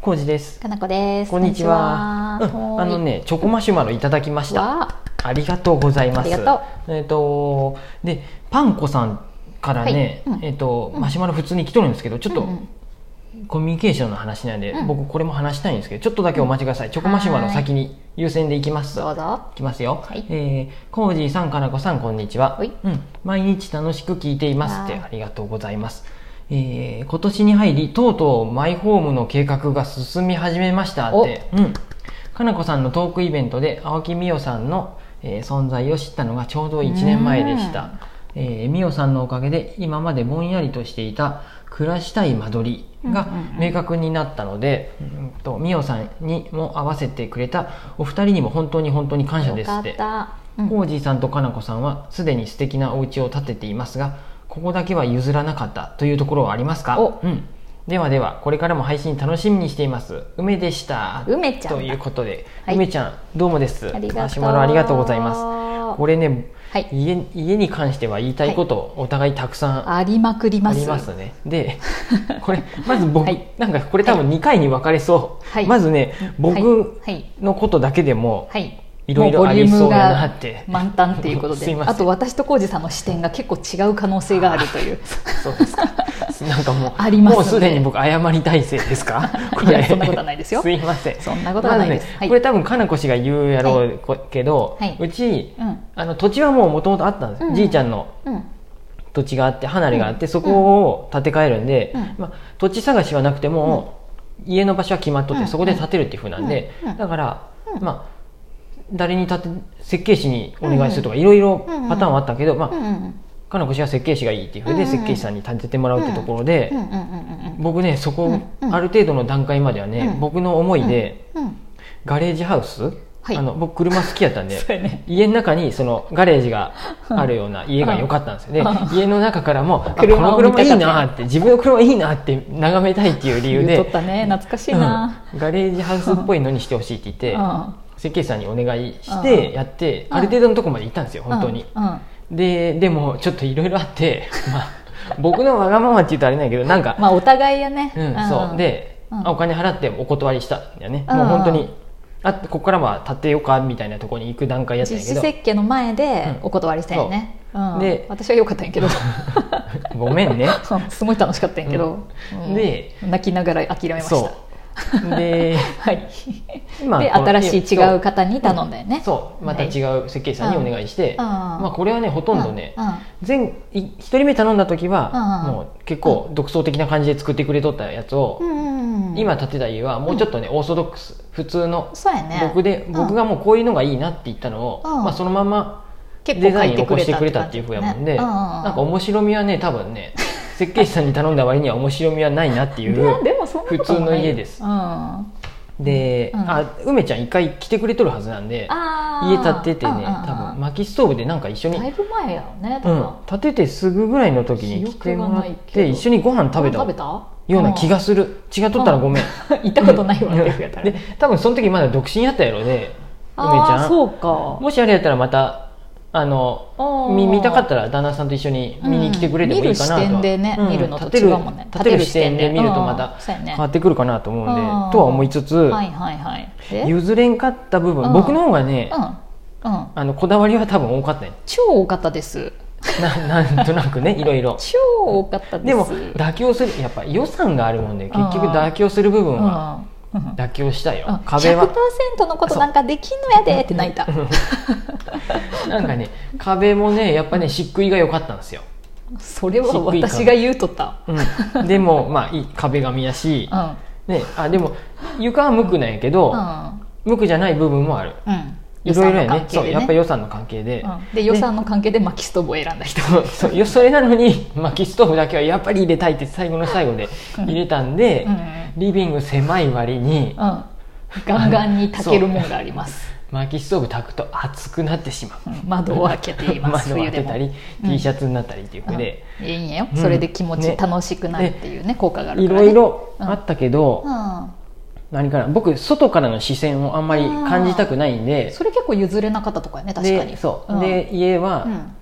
コウジですかなこです。こんにちはこんにちはうんあの。ねチョコマシュマロいただきまし遠いたわあありがとうございますありがとえっ、とでパンコさんからね、はいうんえっ、とうんマシュマロ普通に来とるんですけどちょっとうんうんコミュニケーションの話なんで、うん僕これも話したいんですけどちょっとだけお待ちください、チョコマシュマロ先に優先でいきますどうぞ。いきますよ、はいえー、コージーさんかなこさんこんにちは、はいうん、毎日楽しく聞いていますってわーありがとうございます、えー、今年に入りとうとうマイホームの計画が進み始めましたって、うん、かなこさんのトークイベントで青木美代さんの、えー存在を知ったのがちょうど1年前でしうたえー美代、さんのおかげで今までぼんやりとしていた暮らしたい間取りがうんうんうん明確になったので、うんと美代さんにも合わせてくれたお二人にも本当に本当に感謝ですってよかった。うんコージーさんとかなこさんはすでに素敵なお家を建てていますがここだけは譲らなかったというところはありますかおうん、ではではこれからも配信楽しみにしています梅でした梅ちゃんだということで、はい梅ちゃんどうもですありがとうマシュマロありがとうございますこれね、はい家家に関しては言いたいことお互いたくさんありまくりまあす。りますね。で、これまず僕、はいなんかこれ多分2回に分かれそう。はいまずね、僕はい。はいのことだけでもはい。いろいろありそうやなってもうボリュームが満タンということすいで、ませんあと私と浩二さんの視点が結構違う可能性があるという。そうです か。なんかもう、ありますねもうすでに僕謝り体制ですか。こ いやそんなことはないですよすいません。そんなことはないですまずねはいこれ多分かなこ氏が言うやろうこけど、はいうちうん。あの土地はもうもともとあったんです、うんうんじいちゃんのうん。土地があって離れがあって、そこを建て替えるんで、うんまあ、土地探しはなくても、家の場所は決まっとって、うんそこで建てるっていうふうなんで、うんうんだから、うんまあ誰に建て設計士にお願いするとか、いろいろパターンはあったけど、まうんうん。あ、かなこ氏は設計士がいいっていうふううんうでん設計士さんに建ててもらうってところで。うんうんうん僕ねそこ、うんうんある程度の段階まではね、うん僕の思いで、うん。うん。ガレージハウス、はいあの僕車好きやったんでそうやね。家の中にそのガレージがあるような家が良かったんですよね、う家の中からもあこ車のを見た車かったいいなって自分の車いいなって眺めたいっていう理由言でっとったね。懐かしいな。うんガレージハウスっぽいのにしてほしいって言っうて、ん。設計士さんにお願いしうてんやって、うんある程度のとこまで行ったんですよ本当に、うん。うんででもちょっといろいろあって、 まあ、僕のわがままって言うとあれないけどなんかまあお互いやね。うん、そうで、うんあお金払ってお断りしたんだよね、うんもう本当にあここからは立てようかみたいなところに行く段階やったん実やけど施設計の前でうんお断りしたよね、うんで私は良かった んやけどごめ んねすごい楽しかったんやけど、うんうんで泣きながら諦めましたそうで はい、 今でこの新しい違う方に頼んだよね、そうまた違う設計士さんにお願いして、うんうんまあ、これはねほとんどね、うんうん全い一人目頼んだ時は、うんうんもう結構独創的な感じで作ってくれとったやつを、うん今建てた家はもうちょっとね、オーソドックス普通のそうやね僕で、うん僕がもうこういうのがいいなって言ったのを、うんまあ、そのまま結構デザ書イいンをて起くこれしてたくれてた感ってじいうだふうやねもんで、ううなんか面白みはね多分ね設計士さんに頼んだ割には面白みはないなっていいやうでもそ んなこと普も通のない家ですうん、あで、うんあ梅ちゃん一回来てくれとるはずなんで家ー建ててうんうんねう多分ん薪ストーブでなんか一緒にだいぶ前やよね多う分、ん、建ててすぐぐらいの時に来てもらっ記憶がないけてど一緒にご飯食べた食べよたうな気がする違っとったらごめんうん 行ったことないわって言うやったらで多分その時まだ独身やったやろね梅ちあゃーんそうかもしあれやったらまたあのあー見見たかったら旦那さんと一緒に見に来てくれてもいいかなとは、うん見る視点でね見るのと立てる違うもんね立てる視点で見るとまうたんそうやね変わってくるかなと思うんで、うんとは思いつつ、はいはいはいで譲れんかった部分、うん僕の方がね、うんうんあのこだわりは多分多かったね超多かったですな なんとなくねいろい ろ超多かったですでも妥協するやっぱ予算があるもんで結局うん妥協する部分うんはうん妥協したよ、うん壁は100%のことなんかできんのやでって泣いたなんかね壁もねやっぱね漆喰が良かったんですよ、それはしっくい感私が言うとったうん、でもまあいい壁紙やし、うんね、あでも床は無垢なんやけど、う無垢じゃない部分もあるんうんい予ろいろ算のやね関係そうでやっぱね予算の関係で、うんで予算の関係で薪ストーブを選んだ人そうそうよそれなのに 薪ストーブだけはやっぱり入れたいって最後の最後で入れたんで、うんうんリビング狭い割にうんガンガンに炊けるもんがあ ります薪ストーブ炊くと熱くなってしまううん窓を開けています窓を冬開でけもたり、うん T シャツになったりっていうふうで、うんいいんやようんそれで気持ねち楽しくなるっていうね効果があいるからろねいろあったけど、う何かな僕外からの視線をあんまり感じたくないんんでそれ結構譲れなかったとこやね確かにでそう、んで家は、うん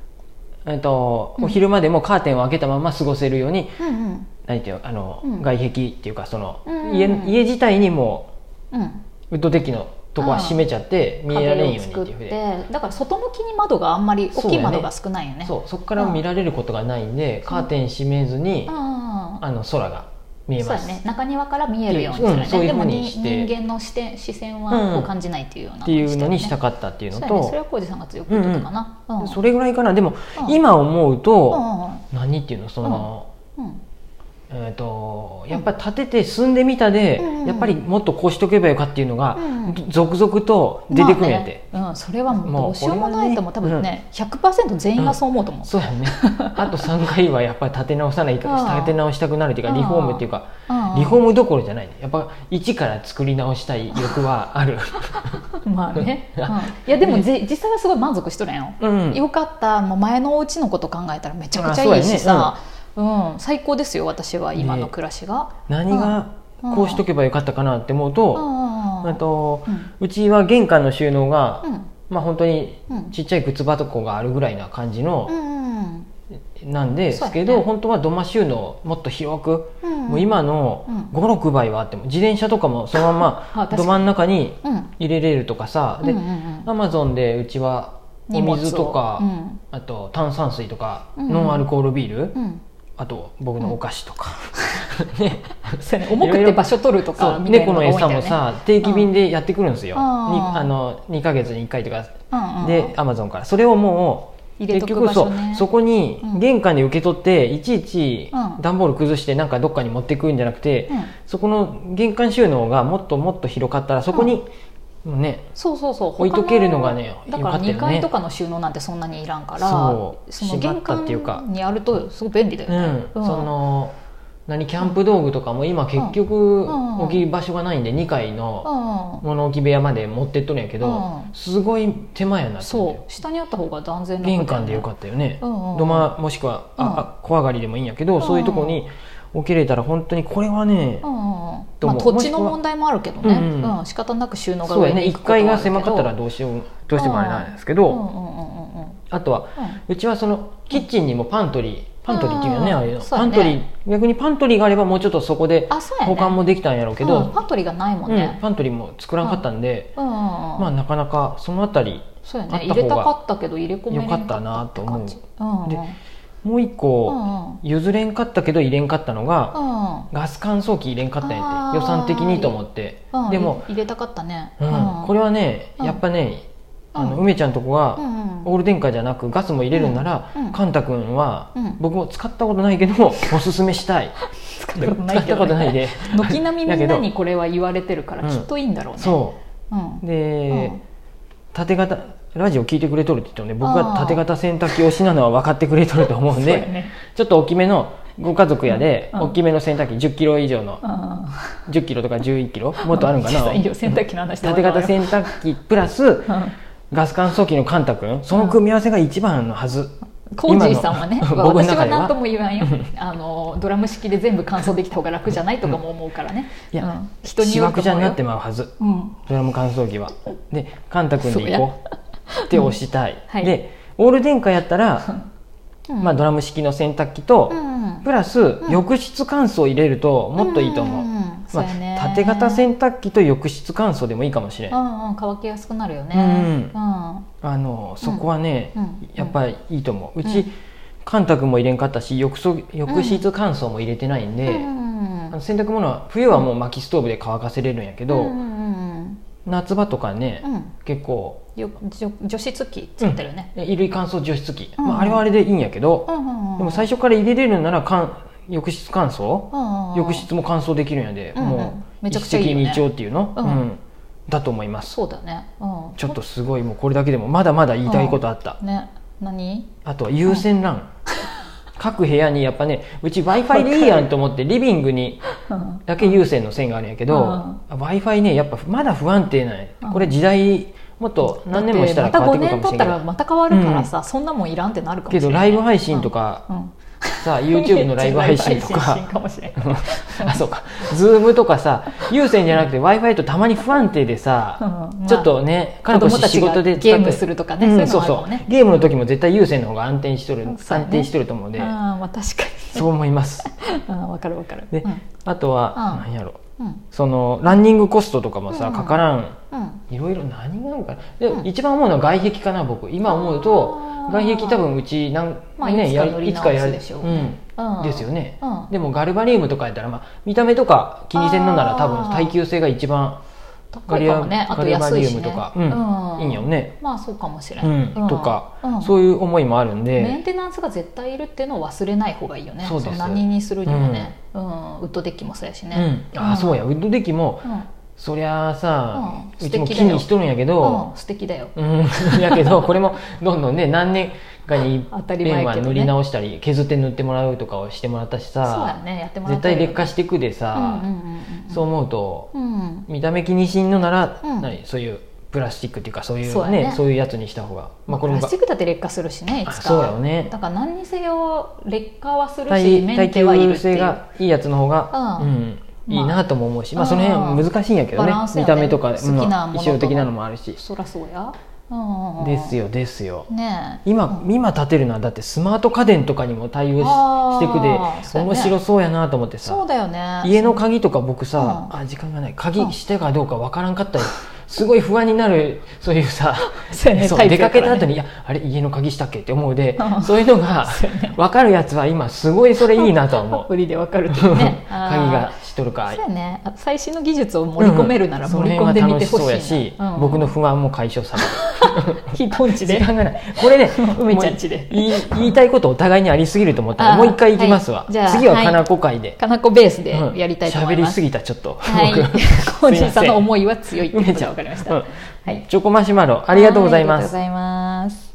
えっと、うんお昼までもカーテンを開けたまま過ごせるようにうん何ていうのあの、うん外壁っていうかその、うん家家自体にもうんうんうウッドデッキのとこは閉めちゃって見えられんようにって壁をい作うふっうでてだから外向きに窓があんまり大そうきだいよね窓が少ないよねうそうそこから見られることがないんで、カーテン閉めずに、ああの空が見えそうまだす、ね中庭から見えるようにするよね、うんそういうでふもうににして人間の視点視線うんはこう感じないっていうような、っていうのにしたかかったっていうのそうだね、そとれは浩二さんが強く言ってたかな、うんそれぐらいかなでも、うん今思ううと、ん何っていうのその、うんうんえー、とやっぱり建てて住んでみたで、うんやっぱりもっとこうしとけばよかっていうのが、うん続々と出てくるんやって、まあねうん、それはもうもうどうしようもないと思う多これは分ねね、100%全員がそう思うと思う、そうや ねあと3回はやっぱり建て直さないかうん建て直したくなるっていうかうんリフォームっていうかうん リフォームどころじゃないねやっぱ一から作り直したい欲はあるまあね、うん、いやでもぜ実際はすごい満足しとるんよ、うんよかったもう前のお家のこと考えたらめちゃくちゃいいしあさう、ん最高ですよ私は今の暮らしが、何がこうしとけばよかったかなって思うと、うんあとうんうちは玄関の収納が、うんまあ本当にうんちっちゃい靴箱があるぐらいな感じの、うんなんですけそうど、やね本当は土間収納もっと広く、うんもう今のうん56倍はあっても自転車とかもそ のまあま確かに土間の中にうん入れれるとかさ、うんうでんアマゾンでうちはうんお水とか、荷物をあと炭酸水とか、うんノンアルコールビール、 うんうんあと僕のお菓子と か、ねそうやね重くて場所取るとそかうみたいな猫ののが多いんだ餌よねもさ定期便でやってくるんですよ、うんあーにあの2ヶ月に1回とかうんうんでアマゾンからそれをもう入れ結とく局場そ所うねそこにうん玄関で受け取っていちいちうん段ボール崩してなんかどっかに持ってくんじゃなくて、うんそこの玄関収納がもっともっと広かったらそこに、ねそうそうそう置いとけるのがね他のだよかかっらたよね2階とかの収納なんてそんなにいらんからそうの縛っ玄たっていうか関にあるとすごい便利だようね、んうんその何キャンプ道具とかも今結局うんうん置き場所がないんで2階のう物置部屋まで持ってっとるんやけうどん、すごい手間やなんと思ってそう下にあった方が断然玄関でよかっったよね、うんうん土間もしくは、あうんあ小上がりでもいいんやけど、そういうとこに置けれたら本当にこれはねた、うんうんうんとまあ、思う土地の問題もあるけどね、うんううんん仕方なく収納がそう上やねに行1くことは階あがるけど狭かったらどうしようどうしてもあれなんですけど、うんうんうんうんうんあとはうんうちはそのキッチンにもパントリーパントリーっていうよね、うんああいうのそパうやンねトリー逆にパントリーがあればもうちょっとそこであそうやね保管もできたんやろうけど、うんパントリーがないもんうんね、パントリーも作らんかったんで、うんうんうんまあなかなかそのあたりそうやあねった方が入れたかったけど入れ込め良れかなったなと思ううんうんでもう一個、うんうん譲れんかったけど入れんかったのが、うんガス乾燥機入れんかったんやっあーて予算的にと思って、うんでも、い入れたかったね、うん、これはねうんやっぱね、うんあの梅ちゃんとこうは、んうんオール電化じゃなくガスも入れるんなら、うんうんカンタ君は、うん僕も使ったことないけどおすすめしたい 使使ったことないで軒並みみん なだけどにこれは言われてるかうらんきっといいんだろうね、そうんうで、うん縦型ラジオ聞いてくれとるって言ったので僕があー縦型洗濯機推しなのは分かってくれとると思うん そうやで、ねちょっと大きめのご家族やで、うんうん大きめの洗濯機1 0キロ以上のも1 0キロとか1 1キロもっとあるんか な洗濯機の話で縦型洗濯機プラスガス乾燥機のカンタ君その組み合わせが一番のはず、コージーさんはね今の僕の私中はでは何とも言わんよあのドラム式で全部乾燥できた方が楽じゃないとかも思うからね、いや、うん人にしよわるとくちゃ思になうっよて、まうはずうん、ドラム乾燥機はでカンタ君で行こうって押したい、はいでオール電化やったら、うんまあ、ドラム式の洗濯機と、うんプラス、ん浴室乾燥入れるともっといいと思う、んんんそうやねまあ、縦型洗濯機と浴室乾燥でもいいかもしれん、うんうん乾きやすくなるよねうんうんあのそこはね、うんうんやっぱりいいと思うううちんカンタ君も入れんかったし浴槽浴室乾燥も入れてないんで、うんあの洗濯物は冬はもう薪ストーブで乾かせれるんやけど、うんうん夏場とかね、うんうん結構よ除除湿機つってるね、衣類乾燥除湿機、うんまあ、あれはあれでいいんやけど、うんうんうんでも最初から入れれるんならかん浴室乾燥、うんうん浴室も乾燥できるんやで、うんうんもうめち一ゃくちゃいい石よね二鳥っていうの、うんうんだと思いますそうだね、うん、ちょっとすごいもうこれだけでもまだまだ言いたいことあった、ね何あとは有線 LAN、各部屋にやっぱねうち w i f i でいいやんと思ってリビングにうんだけ有線の線があるんやけど、うん w i f i ねやっぱまだ不安定なんやうんこれ時代もっと何年もしたらだ変ってわまってくるかもしれなた5年経ったいらまた変わるからさ、そんなもんいらんってなるかもしけれどなライいブ配信とかうんさあ YouTube のライブ配信と かライブ配信かもしれん あそうか Zoom とかさ有線じゃなくて w i f i とたまに不安定でさ、うんまあちょっとね子供たち仕が事でゲームするとかね、うんそうそういうのそもあるかもうねゲームの時も絶対有線の方が安定しとる、そうね安定しとると思うんでああまあ確かにそう思いますあ分かる分かるで、うんあとはうん何やろうんそのランニングコストとかもさ、うんかからんうんいろいろ何があるかなで、うん一番思うのは外壁かな僕今思うとあー外壁多分うちなん、まあいつかや塗り直すでしょうねうんですよね、うんでもガルバリウムとかやったら、まあ、見た目とか気にせんのならあー多分耐久性が一番高いかもねあとガルバ安いリウしムねとか、うんいいんよね、まあそうかもしれ、うんんとか、うんそういう思いもあるんで、メンテナンスが絶対いるっていうのを忘れない方がいいよねそうですの何にするにもね、うんウッドデッキもそうやしね、うん、ああそうや、やウッドデッキもうんそりゃあさ、ううんちも素敵木だよにしとるんやけうどん、素敵だようん、 やけどこれもどんどんね何年かに当たり前やペンけどは塗ねり直したり削って塗ってもらうとかをしてもらったしそうやさ、ねやってもら絶った対らいいよ劣化していくでさ、うんうんうんうんそう思うとうん見た目気にしんのなら、うん何そういうプラスチックっていうかそういうそうやねねそういうやつにした方が、まあ、こプれもラスチックだって劣化するしねいつあかそうやよねだから何にせよ劣化はするし耐メ耐ンテはいる久ってい性うがいいやつの方が、うんうんいいなとも思うし、ままあ、あその辺難しいんやけどねバランスや見ねた目とか好きなものとのうん衣装的なのもあるしそらそうや、うんうんうん、ですよですよねえ今今建てるのはだってスマート家電とかにも対応しあーしてくでそうやね面白そうやなと思ってそうさだよね家の鍵とか僕さうあ時間がない鍵してかどうかわからんかったりすごい不安になるそういうさ そうやねそうタイプ出やかかけらねた後にいやあれ家の鍵したっけって思うでうんそういうのが そうやね分かるやつは今すごいそれいいなとはア 思うプリでわかるとねあー鍵がしとるかそうやねあ最新の技術を盛り込めるなら盛り込んでみてほしいうな、んその辺は楽しそうやし、うん僕の不安も解消される 非ん時ちで間がないこれね 梅ちゃん家でもう言い言いたいことお互いにありすぎると思ったらあーもう一回行きますわ、はいじゃあ次ははいかなこ会で、かなこベースでうんやりたいと思い喋りますす、ぎたちょっと、はい僕 コージーさんの思いいは強いっていう梅こちとゃんわかりました、うんはいチョコマシュマロありがとうございまはありがすとうございます